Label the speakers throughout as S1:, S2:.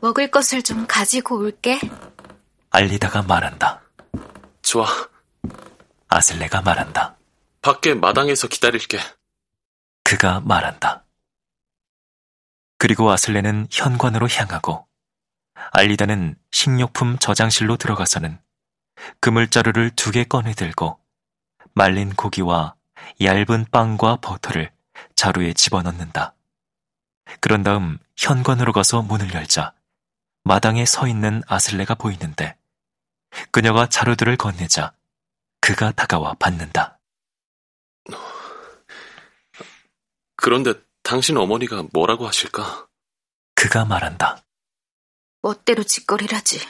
S1: 먹을 것을 좀 가지고 올게.
S2: 알리다가 말한다.
S3: 좋아.
S2: 아슬레가 말한다.
S3: 밖에 마당에서 기다릴게.
S2: 그가 말한다. 그리고 아슬레는 현관으로 향하고 알리다는 식료품 저장실로 들어가서는 그물자루를 두 개 꺼내 들고 말린 고기와 얇은 빵과 버터를 자루에 집어넣는다. 그런 다음 현관으로 가서 문을 열자 마당에 서 있는 아슬레가 보이는데 그녀가 자루들을 건네자 그가 다가와 받는다.
S3: 그런데 당신 어머니가 뭐라고 하실까?
S2: 그가 말한다.
S1: 멋대로 짓거리라지.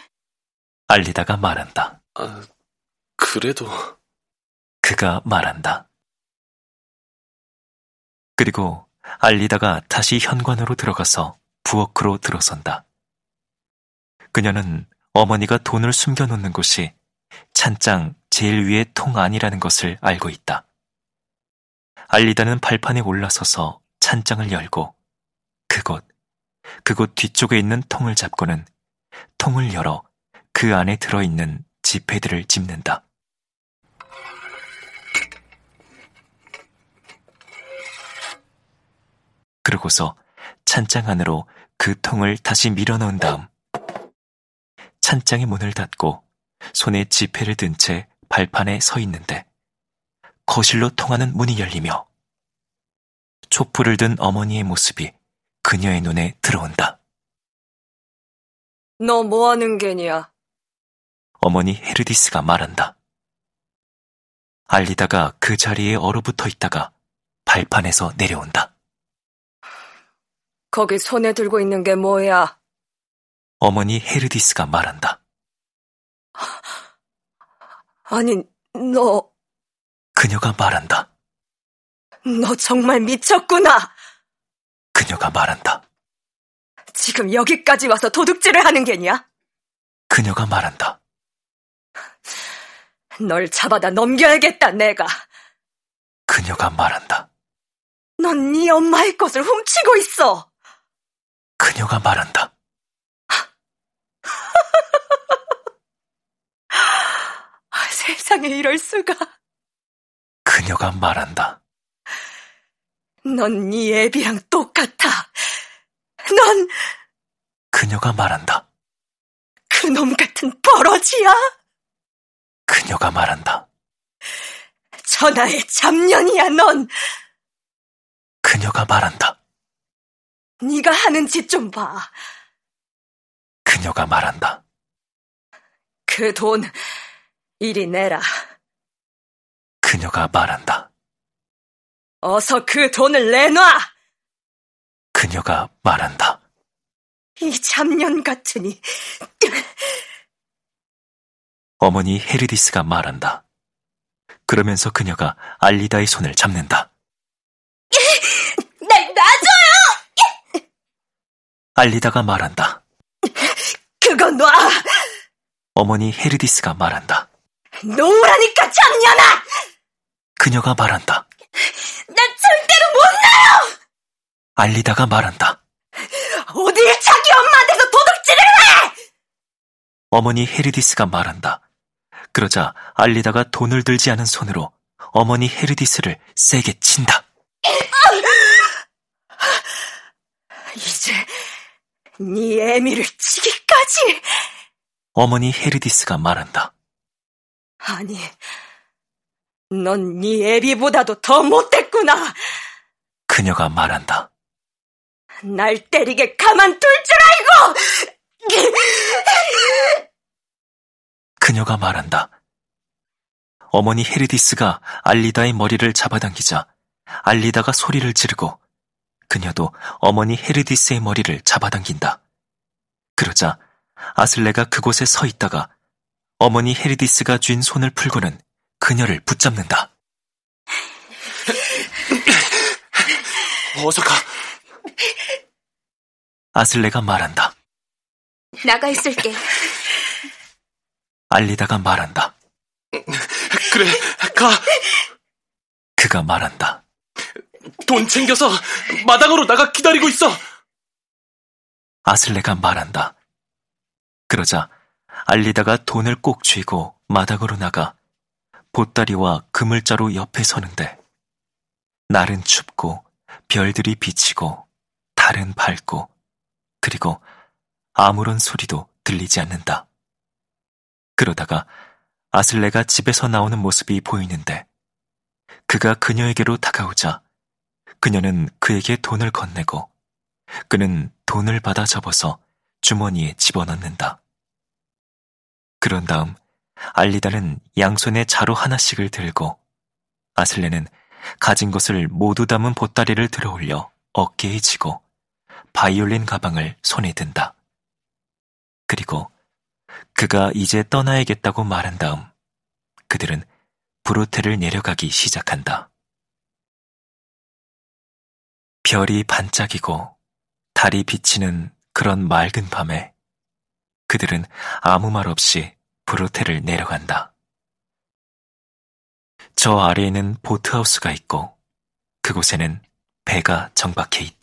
S2: 알리다가 말한다.
S3: 아, 그래도
S2: 그가 말한다. 그리고 알리다가 다시 현관으로 들어가서 부엌으로 들어선다. 그녀는 어머니가 돈을 숨겨놓는 곳이 찬장 제일 위의 통 안이라는 것을 알고 있다. 알리다는 발판에 올라서서 찬장을 열고 그곳, 그곳 뒤쪽에 있는 통을 잡고는 통을 열어 그 안에 들어있는 지폐들을 집는다. 그러고서 찬장 안으로 그 통을 다시 밀어넣은 다음 찬장의 문을 닫고 손에 지폐를 든 채 발판에 서 있는데 거실로 통하는 문이 열리며 촛불을 든 어머니의 모습이 그녀의 눈에 들어온다.
S4: 너 뭐 하는 게냐?
S2: 어머니 헤르디스가 말한다. 알리다가 그 자리에 얼어붙어 있다가 발판에서 내려온다.
S4: 거기 손에 들고 있는 게 뭐야?
S2: 어머니 헤르디스가 말한다.
S4: 아니, 너,
S2: 그녀가 말한다.
S4: 너 정말 미쳤구나!
S2: 그녀가 말한다.
S4: 지금 여기까지 와서 도둑질을 하는 게냐?
S2: 그녀가 말한다.
S4: 널 잡아다 넘겨야겠다, 내가.
S2: 그녀가 말한다.
S4: 넌 네 엄마의 것을 훔치고 있어!
S2: 그녀가 말한다.
S4: 아, 세상에 이럴 수가.
S2: 그녀가 말한다.
S4: 넌 네 애비랑 똑같아. 넌
S2: 그녀가 말한다.
S4: 그놈 같은 버러지야.
S2: 그녀가 말한다.
S4: 전하의 잡년이야, 넌.
S2: 그녀가 말한다.
S4: 네가 하는 짓 좀 봐.
S2: 그녀가 말한다.
S4: 그 돈, 이리 내라.
S2: 그녀가 말한다.
S4: 어서 그 돈을 내놔!
S2: 그녀가 말한다.
S4: 이 잡년 같으니.
S2: 어머니 헤르디스가 말한다. 그러면서 그녀가 알리다의 손을 잡는다.
S4: 날 놔줘!
S2: 알리다가 말한다.
S4: 그거 놔!
S2: 어머니 헤르디스가 말한다.
S4: 놓으라니까, 잡년아!
S2: 그녀가 말한다.
S4: 난 절대로 못
S2: 알리다가 말한다.
S4: 놔! 어디에 자기 엄마한테서 도둑질을 해!
S2: 어머니 헤르디스가 말한다. 그러자 알리다가 돈을 들지 않은 손으로 어머니 헤르디스를 세게 친다.
S4: 이제, 네 애미를 치기까지!
S2: 어머니 헤르디스가 말한다.
S4: 아니, 넌 네 애비보다도 더 못됐구나.
S2: 그녀가 말한다.
S4: 날 때리게 가만둘 줄 알고!
S2: 그녀가 말한다. 어머니 헤르디스가 알리다의 머리를 잡아당기자 알리다가 소리를 지르고 그녀도 어머니 헤르디스의 머리를 잡아당긴다. 그러자 아슬레가 그곳에 서 있다가 어머니 헤르디스가 쥔 손을 풀고는 그녀를 붙잡는다.
S3: 어서 가.
S2: 아슬레가 말한다.
S1: 나가 있을게.
S2: 알리다가 말한다.
S3: 그래, 가.
S2: 그가 말한다.
S3: 돈 챙겨서 마당으로 나가 기다리고 있어.
S2: 아슬레가 말한다. 그러자 알리다가 돈을 꼭 쥐고 마당으로 나가 보따리와 그물자루 옆에 서는데 날은 춥고 별들이 비치고 달은 밝고 그리고 아무런 소리도 들리지 않는다. 그러다가 아슬레가 집에서 나오는 모습이 보이는데 그가 그녀에게로 다가오자 그녀는 그에게 돈을 건네고 그는 돈을 받아 접어서 주머니에 집어넣는다. 그런 다음 알리다는 양손에 자루 하나씩을 들고 아슬레는 가진 것을 모두 담은 보따리를 들어 올려 어깨에 지고 바이올린 가방을 손에 든다. 그리고 그가 이제 떠나야겠다고 말한 다음 그들은 브로테를 내려가기 시작한다. 별이 반짝이고 달이 비치는 그런 맑은 밤에 그들은 아무 말 없이 브로테를 내려간다. 저 아래에는 보트하우스가 있고 그곳에는 배가 정박해 있다.